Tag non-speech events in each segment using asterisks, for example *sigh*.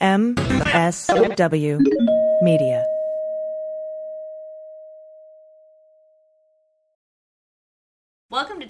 MSW Media. Welcome to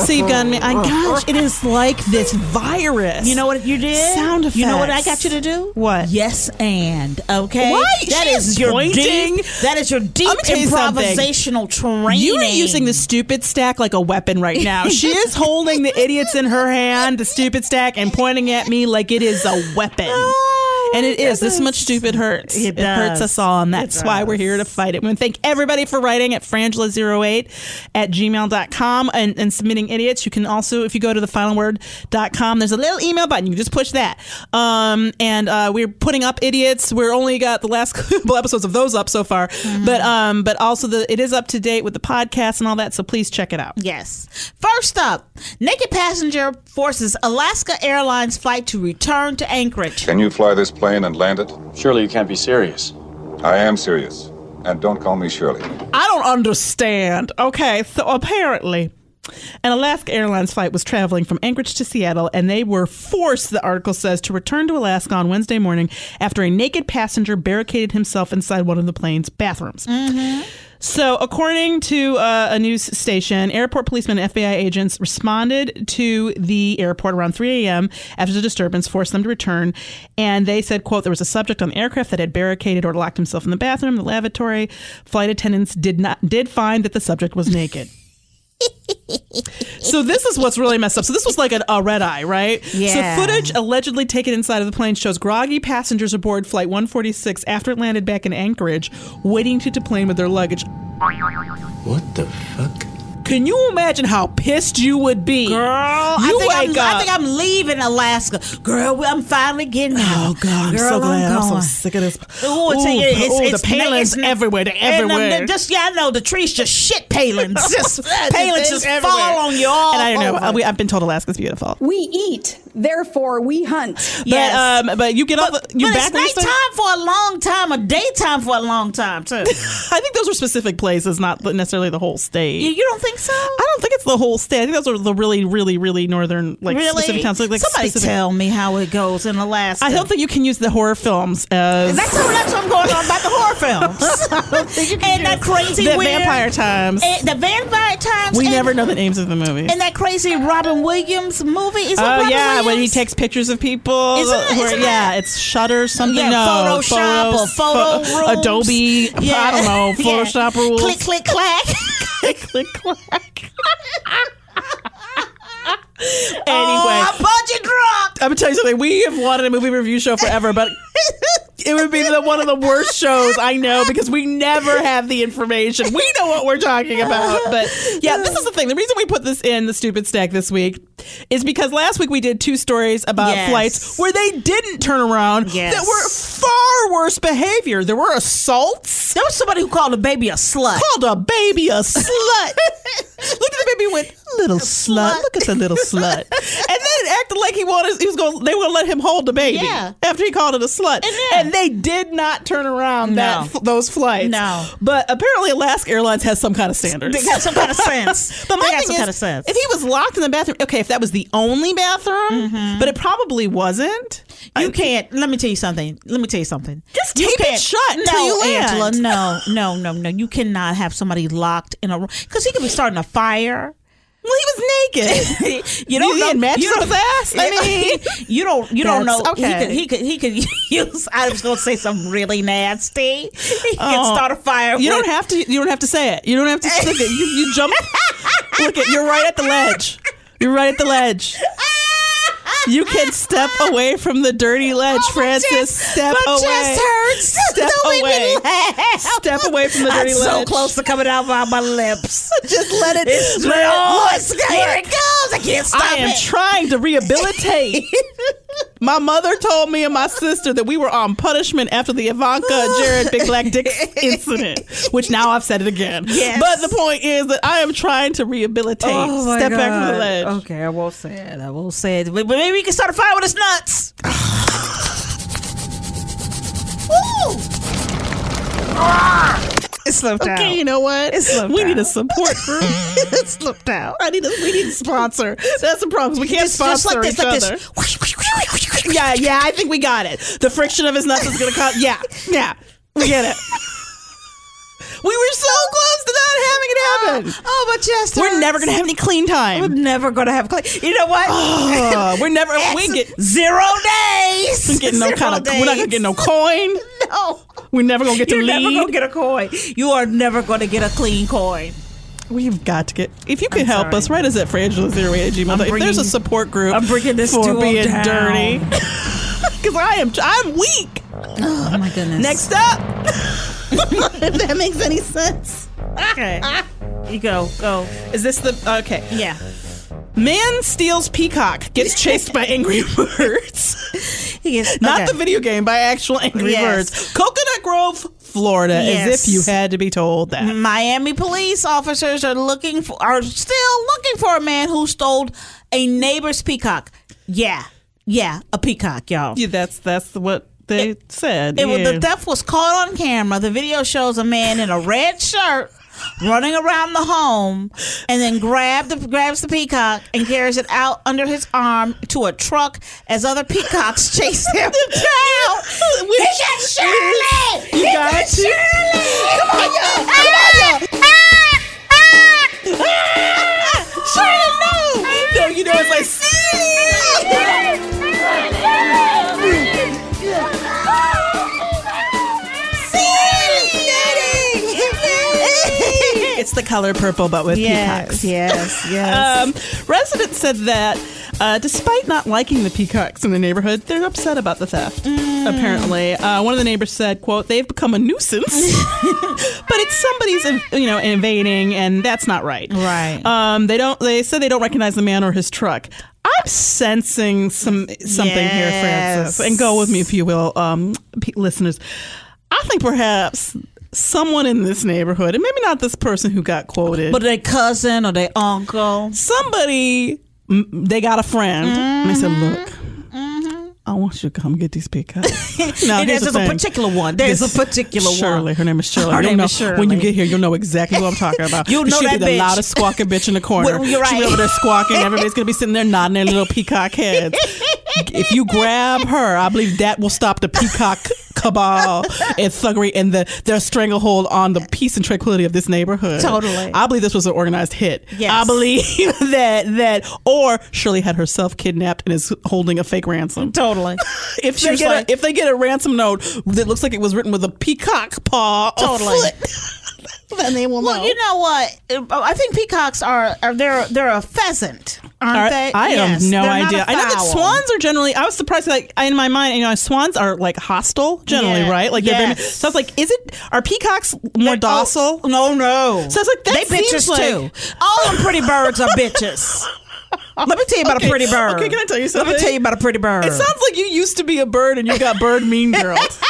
Steve Gunman, I gosh, it is like this virus. You know what you did? Sound effects. You know what I got you to do? What? Yes, and okay. What? That is your deep. That is your deep improvisational training. You are using the stupid stack like a weapon right now. she is holding the idiots in her hand, the stupid stack, and pointing at me like it is a weapon. And it is. This much stupid hurts. It, hurts us all, and that's why we're here to fight it. We wanna thank everybody for writing at frangela08 at gmail.com and, and submitting idiots. You can also, if you go to the finalword.com, there's a little email button. You can just push that. Um, and uh, we're putting up idiots. We're only got the last *laughs* couple episodes of those up so far. But um, but also the it is up to date with the podcast and all that, so please check it out. Yes. First up, naked passenger forces Alaska Airlines flight to return to Anchorage. Can you fly this plane and land it? Surely you can't be serious. I am serious. And don't call me Shirley. I don't understand. Okay, so apparently, an Alaska Airlines flight was traveling from Anchorage to Seattle, and they were forced, the article says, to return to Alaska on Wednesday morning after a naked passenger barricaded himself inside one of the plane's bathrooms. So, according to uh, a news station, airport policemen and FBI agents responded to the airport around 3 a.m. after the disturbance forced them to return. And they said, quote, there was a subject on the aircraft that had barricaded or locked himself in the bathroom, the lavatory. Flight attendants did not did find that the subject was naked. So this is what's really messed up. So this was like an, a red eye, right? Yeah. So footage allegedly taken inside of the plane shows groggy passengers aboard Flight 146 after it landed back in Anchorage, waiting to deplane with their luggage. What the fuck? Can you imagine how pissed you would be? Girl, I, think I'm, I think I'm leaving Alaska. Girl, I'm finally getting out. Oh, God, I'm so glad. I'm, so sick of this. Oh, it's, oh the palins everywhere. They're everywhere. just, yeah, I know. The trees just shit palins. *laughs* just, palins just fall on you all. And I don't know. We, I've been told Alaska's beautiful. We eat, therefore we hunt. But, um, but you get off. the- You but back it's nighttime for a long time. time of daytime for a long time *laughs* too. I think those are specific places, not necessarily the whole state. you, you don't think so? I don't think it's the whole state. I think those are the really, really, really northern, like really? specific towns. Like, like Somebody specific- tell me how it goes in Alaska. I don't think you can use the horror films as That's so that's what I'm going on about the horror *laughs* films. and that crazy The weird- Vampire Times. And Eh, the Vampire Times. we and, never know the names of the movies. And that crazy Robin Williams movie. Is it oh Robin yeah, Williams? when he takes pictures of people. uh, Isn't it- where- isn't yeah, it's Shutter something. Yeah, no, Photoshop or photos, photo pho- rooms. Adobe. I don't *laughs* know. Yeah. Photoshop rules. Click, click, clack. click, *laughs* click, clack. anyway, *laughs* Anyway. our budget dropped. I'm gonna tell you something. We have wanted a movie review show forever, but it would be the, one of the worst shows I know because we never have the information. We know what we're talking about, but yeah, this is the thing. The reason we put this in the stupid stack this week is because last week we did two stories about Yes. flights where they didn't turn around that Yes. were far worse behavior. There were assaults. There was somebody who called a baby a slut. Called a baby a *laughs* slut. *laughs* Look at the baby and went, little slut. Look at the *laughs* little slut. and then acted like he wanted he was going they were gonna let him hold the baby. Yeah. After he called it a slut. And, they did not turn around that No. those flights. No. But apparently Alaska Airlines has some kind of standards. They got some *laughs* kind of sense. but my They got thing some is, kind of sense. If he was locked in the bathroom, okay, if that was the only bathroom, but it probably wasn't. Mm-hmm. You can't. Let me tell you something. Let me tell you something. Just tape it shut until no, you land. Angela. No, no, no, no. You cannot have somebody locked in a room because he could be starting a fire. Well, he was naked. *laughs* You don't he know. had matches you don't- up his ass? I mean, you don't. You don't know. That's okay. He could. He could. He could *laughs* use. I was going to say something really nasty. He could start a fire. Oh. You don't with- have to. You don't have to say it. You don't have to stick it. You, *laughs* you jump. Look at. You're right at the ledge. You're right at the ledge. Ah! You can step away from the dirty ledge, Francis. step Oh, my away. chest hurts. Step *laughs* Don't make me away. laugh. Step away from the I'm dirty so ledge. close to coming out by my lips. *laughs* Just let it. It's let it- oh, look, it's- here look. it comes. I can't stop I am it. trying to rehabilitate. *laughs* my mother told me and my sister that we were on punishment after *laughs* the Ivanka Jared Big Black Dick incident, which now I've said it again. Yes. Oh, But the point is that I am trying to rehabilitate. Step back from the ledge. Okay, I won't say it. I won't say it. But but maybe we can start a fire with his nuts. Woo! It slipped out. Okay, you know what? slipped we need out. a support group. *laughs* it slipped out. I need a, we need a sponsor. That's the problem. 'cause We can't Just- just sponsor like this, each like this. other. *laughs* yeah, yeah. I think we got it. The friction of his nuts is gonna come. Yeah, yeah. We get it. we were so close to not having it happen. *gasps* Oh, my chest We're hurts. never gonna have any clean time. We're never gonna have clean. You know what? Oh, we're *laughs* never. We get *laughs* zero days. We're getting no Zero kind of. We're not gonna days. get no coin. *laughs* No, We're never gonna get you're to never lead. gonna get a coin. You are never gonna get a clean coin. We've got to get. If you can I'm help sorry. us, write us at frangelazeroy at gmail. If there's bringing- a support group, I'm bringing this for duo being down. *laughs* dirty. *laughs* Because I am. I'm weak. Oh my goodness. Next up. *laughs* if that makes any sense. okay, you go, go. Is this the okay? Yeah. Man steals peacock, gets chased by *laughs* angry birds. He gets, Not okay. the video game, by actual angry Yes. birds. Coconut Grove, Florida, as Yes. if you had to be told that. Miami police officers are looking for are still looking for a man who stole a neighbor's peacock. Yeah, yeah, a peacock, y'all. Yeah, that's that's what they said. It was, yeah. the theft was caught on camera. The video shows a man in a red shirt running around the home and then grab the, grabs the peacock and carries it out under his arm to a truck as other peacocks *laughs* chase *laughs* him down. We got Shirley! You We got got to- Shirley! Come on, y'all! Come on, y'all! *laughs* *laughs* Shirley, no! No, you know it's like Silly! It's the color purple, but with Yes, peacocks. yes, yes. *laughs* Um, residents said that uh, despite not liking the peacocks in the neighborhood, they're upset about the theft. Mm. Apparently, uh, one of the neighbors said, "quote They've become a nuisance, *laughs* but it's somebody's you know invading, and that's not right. Right. Um, they don't. They said they don't recognize the man or his truck." I'm sensing some something here, Francis, Yes. and go with me if you will, um, p- listeners. I think perhaps someone in this neighborhood, and maybe not this person who got quoted, but their cousin or their uncle. Mm-hmm. somebody m- they got a friend and they said look i want you to come get *laughs* these pickups. And here's Mm-hmm. there's the a thing. particular one. There's a particular one. Shirley, her name is *laughs* Shirley. Her You'll name know, is Shirley. When you get here, you'll know exactly what I'm *laughs* talking about. You'll know She'll that be the bitch. loudest squawking bitch *laughs* in the corner. Well, She'll you're be right. over there squawking. Everybody's gonna be sitting there nodding their little peacock *laughs* heads. if you grab her, I believe that will stop the peacock cabal and thuggery and the their stranglehold on the peace and tranquility of this neighborhood. Totally. I believe this was an organized hit. Yes. I believe *laughs* that that or Shirley had herself kidnapped and is holding a fake ransom. Totally. *laughs* if She they was get like- a, if they get a ransom note that looks like it was written with a peacock paw, Totally. totally. *laughs* then they will Well, you know what? I think peacocks are, are they're they're a pheasant, aren't Are- they? I Yes, have no they're not idea. a I know that fowl. swans are generally. I was surprised. Like I- in my mind, you know, swans are like hostile generally, Yeah. right? Like they're very, Yes. oh, so. I was like, is it are peacocks more docile? no, no. So I was like, that they seems bitches like- too. All them pretty birds are *laughs* bitches. Let me tell you about Okay, a pretty bird. Okay, can I tell you something? Let me tell you about a pretty bird. It sounds like you used to be a bird and you got bird *laughs* mean girls.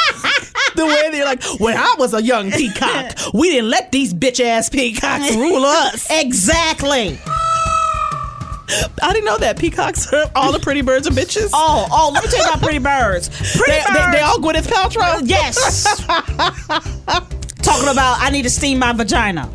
the way they're like, when I was a young peacock, we didn't let these bitch *laughs* ass peacocks rule us. exactly. I didn't know that peacocks are all the pretty birds are bitches. Oh, oh, let me tell you about pretty birds. Pretty They- they- birds. they all Gwyneth Paltrow? Yes. *laughs* talking about I need to steam my vagina.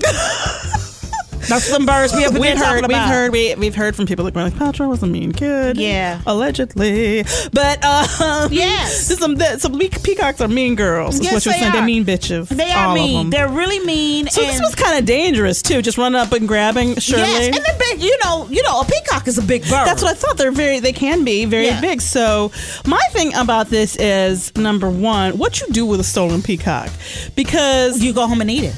That's them birds we have We've been heard, talking we've about. heard, we, we've heard from people like Gwyneth Paltrow was a mean kid. Yeah. allegedly, but um, Yes. there's *laughs* some that- some pe- peacocks are mean girls. Is Yes, what you're they saying? are. They're mean bitches. They are all of mean. them. They're really mean. So this and- was kind of dangerous too, just running up and grabbing Shirley. Yes, and they're big. You know, you know, a peacock is a big bird. That's what I thought. They're very. They can be very Yeah. big. So my thing about this is number one, what you do with a stolen peacock, because you go home and eat it.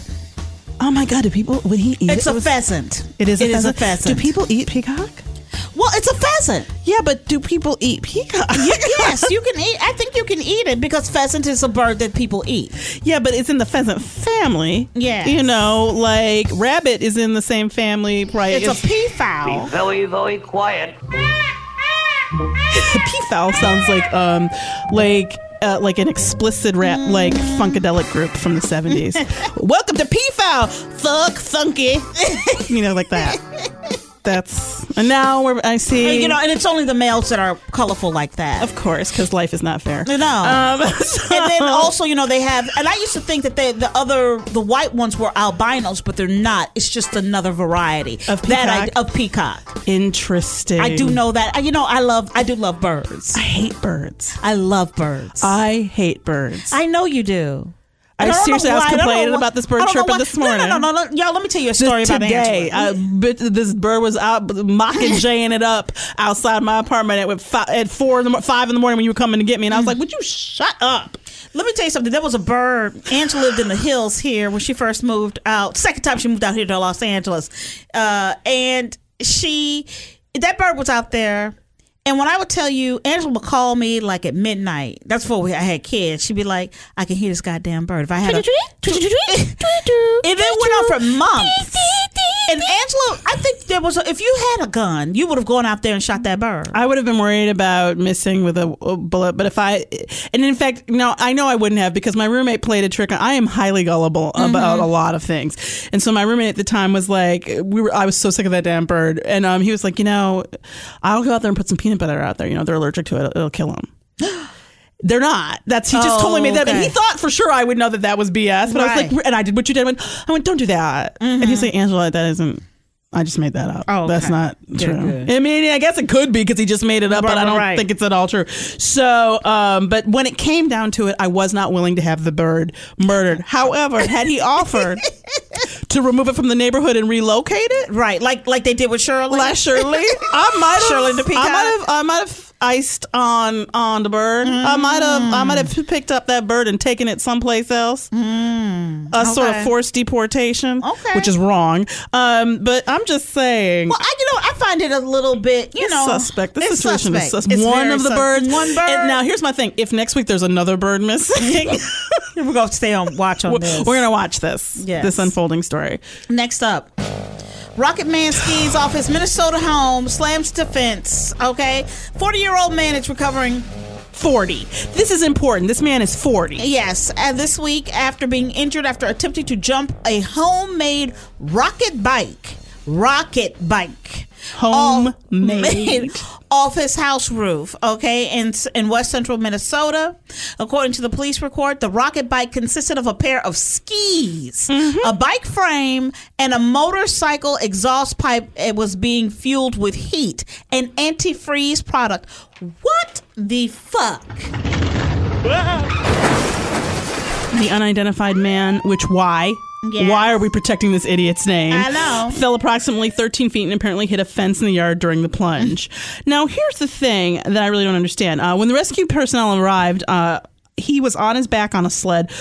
Oh my God! Do people when he eat It's it? a it was- pheasant. It is. It a is a pheasant. pheasant. Do people eat peacock? Well, it's a pheasant. Yeah, but do people eat peacock? *laughs* yes, you can eat. I think you can eat it because pheasant is a bird that people eat. Yeah, but it's in the pheasant family. Yes. You know, like rabbit is in the same family, right? It's a *laughs* peafowl. Very, very quiet. peafowl sounds like um like uh, like an explicit rap Mm. like funkadelic group from *laughs* the 70s. Welcome to peafowl. Thug funky. you know, like that. That's and now we're I see And, you know, and it's only the males that are colorful like that. of course cuz life is not fair. You know. Um, so- *laughs* and then also, you know, they have, and I used to think that they, the other, the white ones were albinos, but they're not. It's just another variety Of that I, peacock? of peacock. interesting. I do know that. I- You know, I love, I do love birds. I hate birds. I love birds. I hate birds. I know you do. I And don't know seriously- I was why- don't know complaining why- about this bird I don't know chirping why- *laughs* this No, morning. no, no, no, no. Y'all, let me tell you a story about today, Angela. I, bit, this bird was out. *laughs* My kid jaying it up outside my apartment at, five, at four, in the, mo- five in the morning when you were coming to get me, and I was like, "Would you shut up?" Let me tell you something. There was a bird. Angela lived in the hills here when she first moved out. Second time she moved out here to Los Angeles, uh, and she that bird was out there. And when I would tell you, Angela would call me like at midnight. That's before we, I had kids. She'd be like, "I can hear this goddamn bird." If I had a, *laughs* it it went on for months. And Angela, I think there was. A, if you had a gun, you would have gone out there and shot that bird. I would have been worried about missing with a, a bullet, but if I, and in fact, no, I know I wouldn't have because my roommate played a trick on. I am highly gullible about Mm-hmm. a lot of things, and so my roommate at the time was like, we were, I was so sick of that damn bird, and um, he was like, you know, I'll go out there and put some peanut butter out there. You know, they're allergic to it; it'll kill them. *gasps* They're not. That's he just Oh, totally made that. And okay. he thought for sure I would know that that was BS. But I was Right. Mm-hmm. like, and I did what you did. I went, I went don't do that. And he's like, Angela, that isn't. I just made that up. Oh, that's okay. not true. good. I mean, I guess it could be because he just made it up, but I don't right. think it's at all true. So, um, but when it came down to it, I was not willing to have the bird murdered. However, had *laughs* he offered to remove it from the neighborhood and relocate it, right, like like they did with Shirley. *laughs* like Shirley, I might have. Shirley the peacock. I might have. I might have iced on on the bird. I might have. I might have picked up that bird and taken it someplace else. a sort of okay. forced deportation, Okay. which is wrong. Um, but I'm just saying. Well, I you know I find it a little bit you it's know suspect. This it's situation suspect. is sus- It's one very of the sus- birds. One bird. And now here's my thing: if next week there's another bird missing, *laughs* we're gonna stay on watch on *laughs* we're, this. we're gonna watch this Yes. this unfolding story. Next up, Rocket Man skis off his Minnesota home, slams to fence. Okay, forty-year-old man is recovering. Forty. This is important. This man is forty. Yes, uh, and this week after being injured after attempting to jump a homemade rocket bike. Rocket bike. *laughs* Homemade. off his house roof, okay, in, in west central Minnesota. According to the police report, the rocket bike consisted of a pair of skis, Mm-hmm. a bike frame, and a motorcycle exhaust pipe. It was being fueled with heat and antifreeze product. What the fuck? *laughs* The unidentified man, which why? Yes. Why are we protecting this idiot's name? I know. Fell approximately 13 feet and apparently hit a fence in the yard during *laughs* the plunge. now, here's the thing that I really don't understand. Uh, when the rescue personnel arrived, uh, he was on his back on a sled,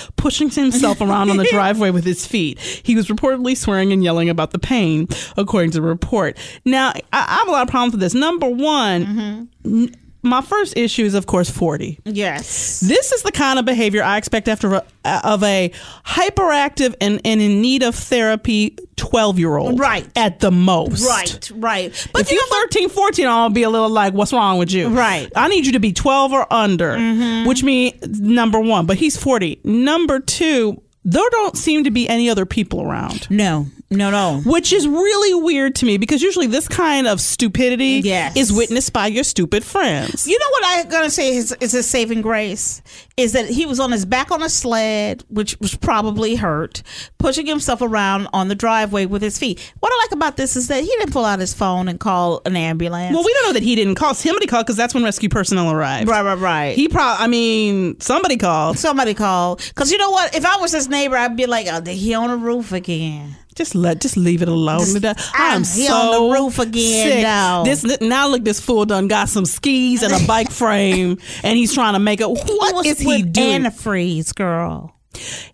*laughs* pushing himself around on the driveway with his feet. He was reportedly swearing and yelling about the pain, according to the report. Now, I, I have a lot of problems with this. Number one, n- my first issue is, of course, 40. Yes. This is the kind of behavior I expect after a, of a hyperactive and, and in need of therapy 12 year old. Right. At the most. Right, right. But if you're 13, 14, I'll be a little like, what's wrong with you? Right. I need you to be 12 or under, Mhm. which means number one, but he's 40. Number two, there don't seem to be any other people around. No, no, no. Which is really weird to me because usually this kind of stupidity Yes. is witnessed by your stupid friends. You know what I'm gonna say is, is his saving grace is that he was on his back on a sled, which was probably hurt, pushing himself around on the driveway with his feet. What I like about this is that he didn't pull out his phone and call an ambulance. Well, we don't know that he didn't call. Somebody called because that's when rescue personnel arrived. Right, right, right. He probably, I mean, somebody called. Somebody called. Because you know what? If I was his neighbor, I'd be like, "Oh, did he on the roof again?" Just let, just leave it alone. I'm I'm he so on the roof again sick. now. This now look, this fool done got some skis and a bike frame, and he's trying to make it. What is he with doing? antifreeze, girl.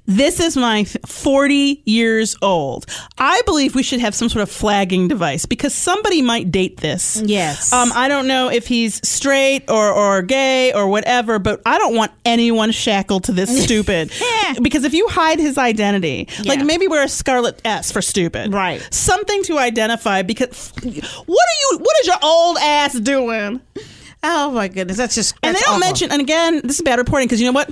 This is my th- 40 years old. I believe we should have some sort of flagging device because somebody might date this. Yes. Um, I don't know if he's straight or, or gay or whatever, but I don't want anyone shackled to this stupid. because if you hide his identity, like maybe wear a scarlet S for stupid. Right. Something to identify because what are you, what is your old ass doing? Oh my goodness, that's just and they that's don't awful. mention. And again, this is bad reporting because you know what?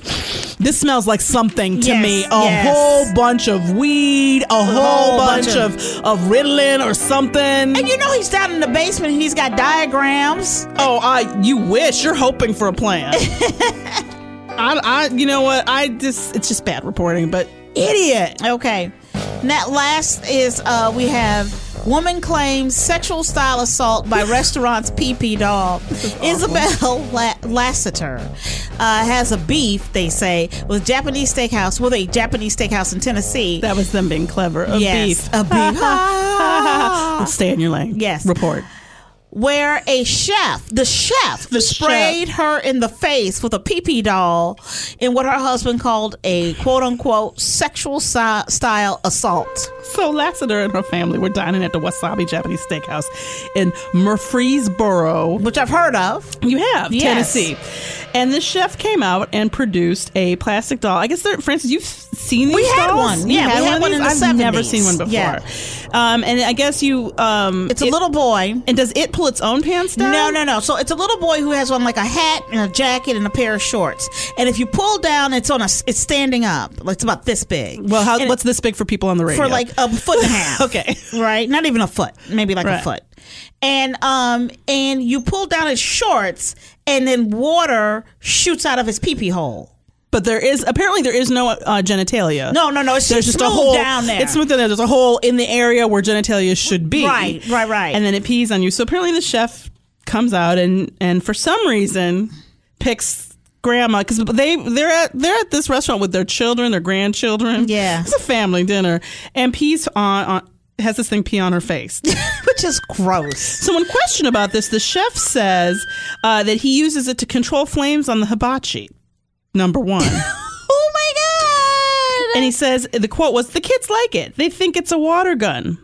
This smells like something to Yes, me. A yes. whole bunch of weed, a whole, whole bunch bunch, of, of Ritalin or something. And you know he's down in the basement. and He's got diagrams. Oh, I you wish you're hoping for a plan. *laughs* I, I, you know what? I just it's just bad reporting, but idiot. Okay. Now, last is uh, we have woman claims sexual style assault *laughs* by restaurant's PP doll. Isabel La- Lassiter uh, has a beef, they say, with Japanese steakhouse with a Japanese steakhouse in Tennessee. That was them being clever. A yes, beef. a beef. *laughs* *laughs* stay in your lane. Yes. Report. where a chef, the chef, sprayed her in the face with a pee-pee doll in what her husband called a quote-unquote sexual si- style assault. So Lassiter and her family were dining at the Wasabi Japanese Steakhouse in Murfreesboro, which I've heard of. You have Yes. Tennessee, and the chef came out and produced a plastic doll. I guess, there, Francis, you've seen these. We had dolls? one. You Yeah, we had of one these? in the I've never 70s. seen one before. Yeah. Um, and I guess you. Um, It's a little boy. And does it pull its own pants down? No, no, no. So it's a little boy who has on like a hat and a jacket and a pair of shorts. And if you pull down, it's on a it's standing up. Like it's about this big. Well, how, And what's this big for people on the radio? for like a foot and *laughs* a half. okay, right? Not even a foot, maybe like a Right. foot. And um, and you pull down his shorts, and then water shoots out of his pee pee hole. But there is apparently there is no uh, genitalia. No, no, no. It's There's just a smooth hole down there. It's smooth down there. There's a hole in the area where genitalia should be. Right, right, right. And then it pees on you. So apparently the chef comes out and and for some reason picks grandma because they they're at they're at this restaurant with their children, their grandchildren. Yeah, it's a family dinner, and pees on. on has this thing pee on her face, *laughs* which is gross. So, when questioned about this, the chef says uh, that he uses it to control flames on the hibachi. Number one. And he says the quote was the kids like it. They think it's a water gun.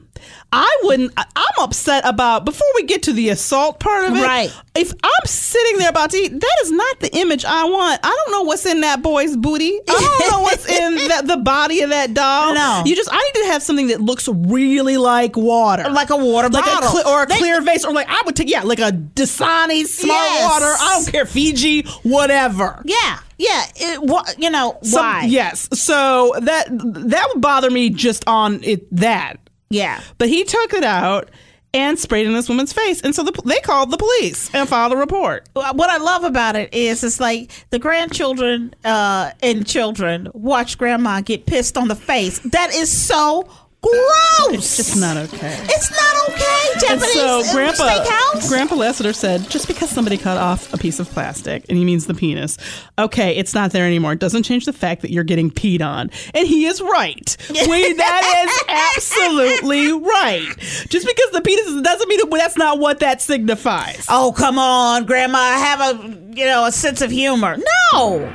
I wouldn't I- I'm upset about before we get to the assault part of it. Right. If I'm sitting there about to eat, that is not the image I want. I don't know what's in that boy's booty. I *laughs* don't know what's in that, the body of that doll. No. You just I need to have something that looks really like water. Like a water like bottle. A cle- or a They- clear vase or like I would take yeah, like a Dasani small Yes. water. I don't care Fiji, whatever. Yeah, yeah. It, wha- you know Some- why? Yes. So that that would bother me just on it that. Yeah. But he took it out and sprayed in this woman's face. And so the, they called the police and filed a report. what I love about it is it's like the grandchildren uh, and children watch grandma get pissed on the face. That is so gross. It's just Not okay. It's not okay, Japanese and so uh, Grandpa, steakhouse. Grandpa Lassiter said, just because somebody cut off a piece of plastic, and he means the penis, okay, it's not there anymore. It doesn't change the fact that you're getting peed on. And he is *laughs* right. we, that is absolutely right. Just because the penis is- doesn't mean that- that's not what that signifies. Oh, come on, Grandma, have a you know a sense of humor. No.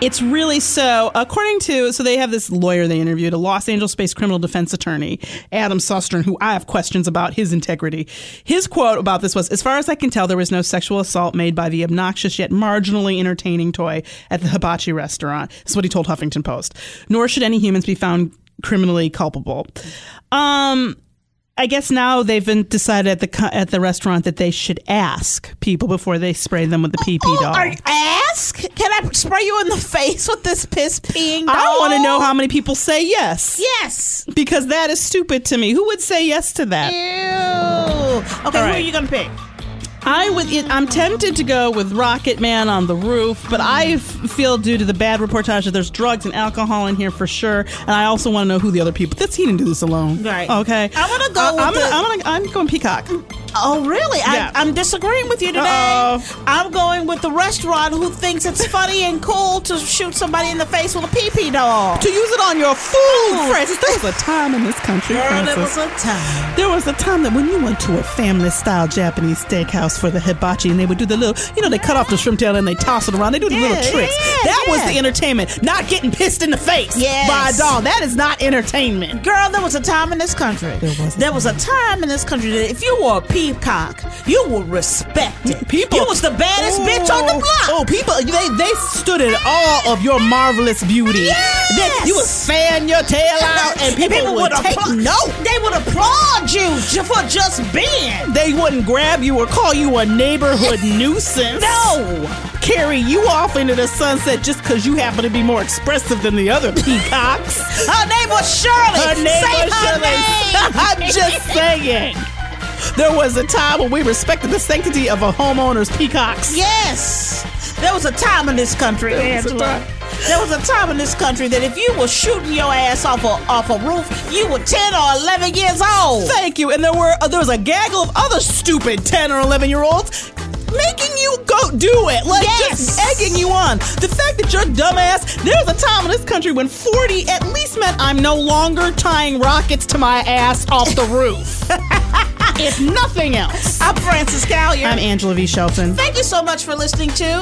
It's really so. According to, so they have this lawyer they interviewed, a Los Angeles based criminal defense attorney, Adam Sustern, who I have questions about his integrity. His quote about this was As far as I can tell, there was no sexual assault made by the obnoxious yet marginally entertaining toy at the hibachi restaurant. That's what he told Huffington Post. Nor should any humans be found criminally culpable. Um, I guess now they've been decided at the co- at the restaurant that they should ask people before they spray them with the pee pee doll. Are- ask? Can I spray you in the face with this piss peeing? I doll? want to know how many people say yes. Yes. Because that is stupid to me. Who would say yes to that? Ew. Okay, All who are right. you gonna pick? I would. It, I'm tempted to go with Rocket Man on the roof, but I f- feel due to the bad reportage that there's drugs and alcohol in here for sure, and I also want to know who the other people. That's he didn't do this alone. Right. Okay. I wanna go I- with I'm gonna, the- I'm gonna. I'm going Peacock. Oh, really? Yeah. I, I'm disagreeing with you today. Uh-oh. I'm going with the restaurant who thinks it's funny and cool to shoot somebody in the face with a pee pee doll. Oh. To use it on your food, Francis. There was a time in this country, Girl, there was Francis. a time. There was a time that when you went to a family style Japanese steakhouse for the hibachi and they would do the little, you know, they cut off the shrimp tail and they toss it around. They do the little tricks. that was the entertainment. Not getting pissed in the face Yes. by a doll. That is not entertainment. Girl, there was a time in this country. There was. A there was a time in this country that if you were a peacock, you were respected. People, you was the baddest bitch on the Ooh. block. Oh, people, they, they stood in awe of your marvelous beauty. That you would fan your tail out and people, would, take appla- note. They would applaud you ju- for just being. They wouldn't grab you or call you a *laughs* neighborhood nuisance. No. Carry you off into the sunset just because you happen to be more expressive than the other peacocks. *laughs* Her name was Shirley. Her name Say was her Shirley. name. *laughs* I'm just saying. There was a time when we respected the sanctity of a homeowner's peacocks. Yes. There was a time in this country, There was a Angela. time. There was a time in this country that if you were shooting your ass off a off a roof, you were ten or eleven years old. Thank you. And there were uh, there was a gaggle of other stupid ten or eleven year olds making you go do it, like just Yes. egging you on. The fact that you're dumbass. There was a time in this country when forty at least meant I'm no longer tying rockets to my ass off the *laughs* roof. if nothing else, I'm Francis Callier. I'm Angela V. Shelton. Thank you so much for listening to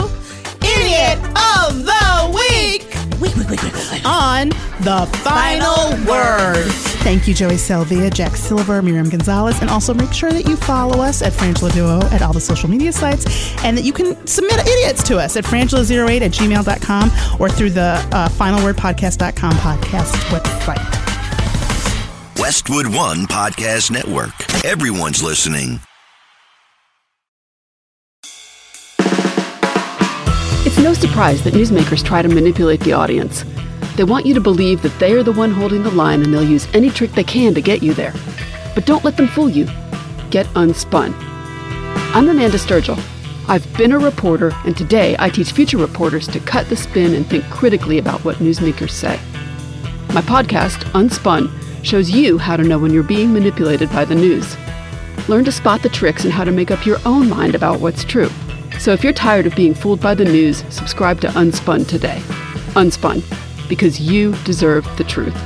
Idiot of the Week. Week, week, week, week, week. on the final word. Thank you, Joey Selvia, Jack Silver, Miriam Gonzalez, and also make sure that you follow us at Frangela Duo at all the social media sites and that you can submit idiots to us at frangela08 at gmail.com or through the uh, finalwordpodcast.com podcast website. Westwood One Podcast Network. Everyone's listening. It's no surprise that newsmakers try to manipulate the audience. They want you to believe that they are the one holding the line and they'll use any trick they can to get you there. But don't let them fool you. Get unspun. I'm Amanda Sturgill. I've been a reporter, and today I teach future reporters to cut the spin and think critically about what newsmakers say. My podcast, Unspun, shows you how to know when you're being manipulated by the news. Learn to spot the tricks and how to make up your own mind about what's true. So if you're tired of being fooled by the news, subscribe to Unspun today. Unspun, because you deserve the truth.